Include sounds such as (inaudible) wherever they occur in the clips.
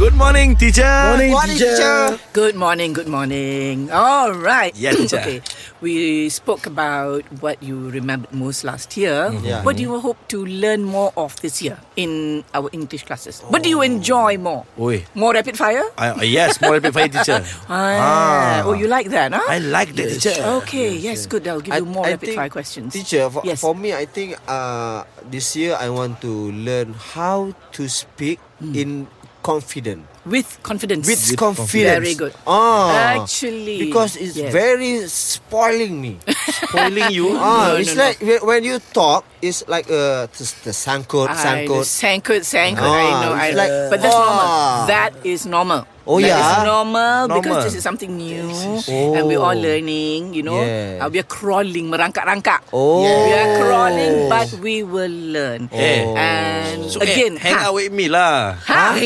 Good morning, teacher. Morning, teacher. Good morning, good morning. All right. Yeah, teacher. okay. We spoke about what you remembered most last year. Yeah. What do you hope to learn more of this year in our English classes? What do you enjoy more? Oi. More rapid fire? I- uh, yes, more rapid fire, teacher. Ah. Oh, you Oh. like that, huh? I like that, teacher. Okay, yes, good. I'll give you more rapid think- fire questions. Teacher, for, Yes. for me, I think uh, this year I want to learn how to speak Hmm. in confident. With confidence. With, confidence. Very good. Ah, Actually, Because it's yes. very spoiling me. Spoiling you. ah, (laughs) No, it's no, no. like when- when you talk, it's like uh, t- the sangkut, I know, sangkut. Oh. Sankut, Sankut. Ah, I know, I it's know. like- but that's Ah. normal. That is normal. Oh, That yeah? is normal, Normal. because this is something new and we're Oh. all learning. You know, Yeah. Uh, we are crawling, merangkak-rangkak. Oh. we are crawling, but we will learn. Eh. And So, eh, again, hang out with me lah. Ha?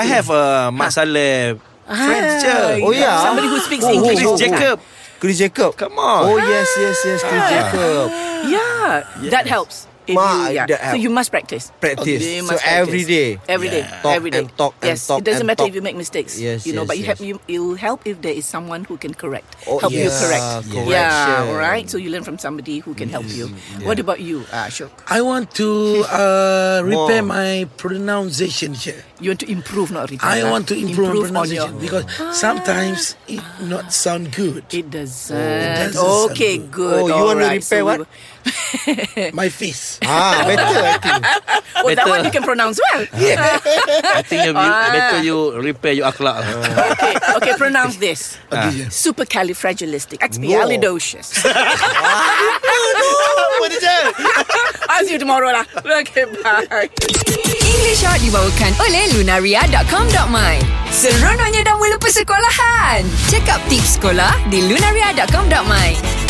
I have a Masaleh friend, teacher. Oh, yeah. somebody who speaks Oh, oh, English. Chris oh, oh. Jacob. Chris Jacob. Come on. Oh, yes, yes, yes, Ah. Chris Jacob. Yeah, that helps. If Ma, you, yeah. that So help. you must practice. Practice. You So must practice. every day. Every day. Yeah. Talk Every day. and talk and yes. talk It and doesn't matter talk. if you make mistakes. Yes, You know, yes, but you yes. have you it'll help if there is someone who can correct. Oh, help you yes. correct. Correction. Mm, Yeah, all right. So you learn from somebody who can help you. What about you, uh, Ashok? I want to uh, repair Wow. my pronunciation here. You want to improve, not repair. I huh? want to improve, on my your- pronunciation because sometimes it not sound good. It doesn't. doesn't sound okay, Oh, good. good. you all want to right. repair So we what? will- my face. Ah, better, I (laughs) think. Oh, that Better. one you can pronounce well. I think you better Ah. you repair your akhlak. (laughs) okay, okay, pronounce (laughs) this. Ah. Supercalifragilisticexpialidocious. Apa, teacher? I'll see you tomorrow lah. Okay, bye. English Hot dibawakan oleh Lunaria.com.my Seronoknya dah mula persekolahan. Check up tips sekolah di Lunaria.com.my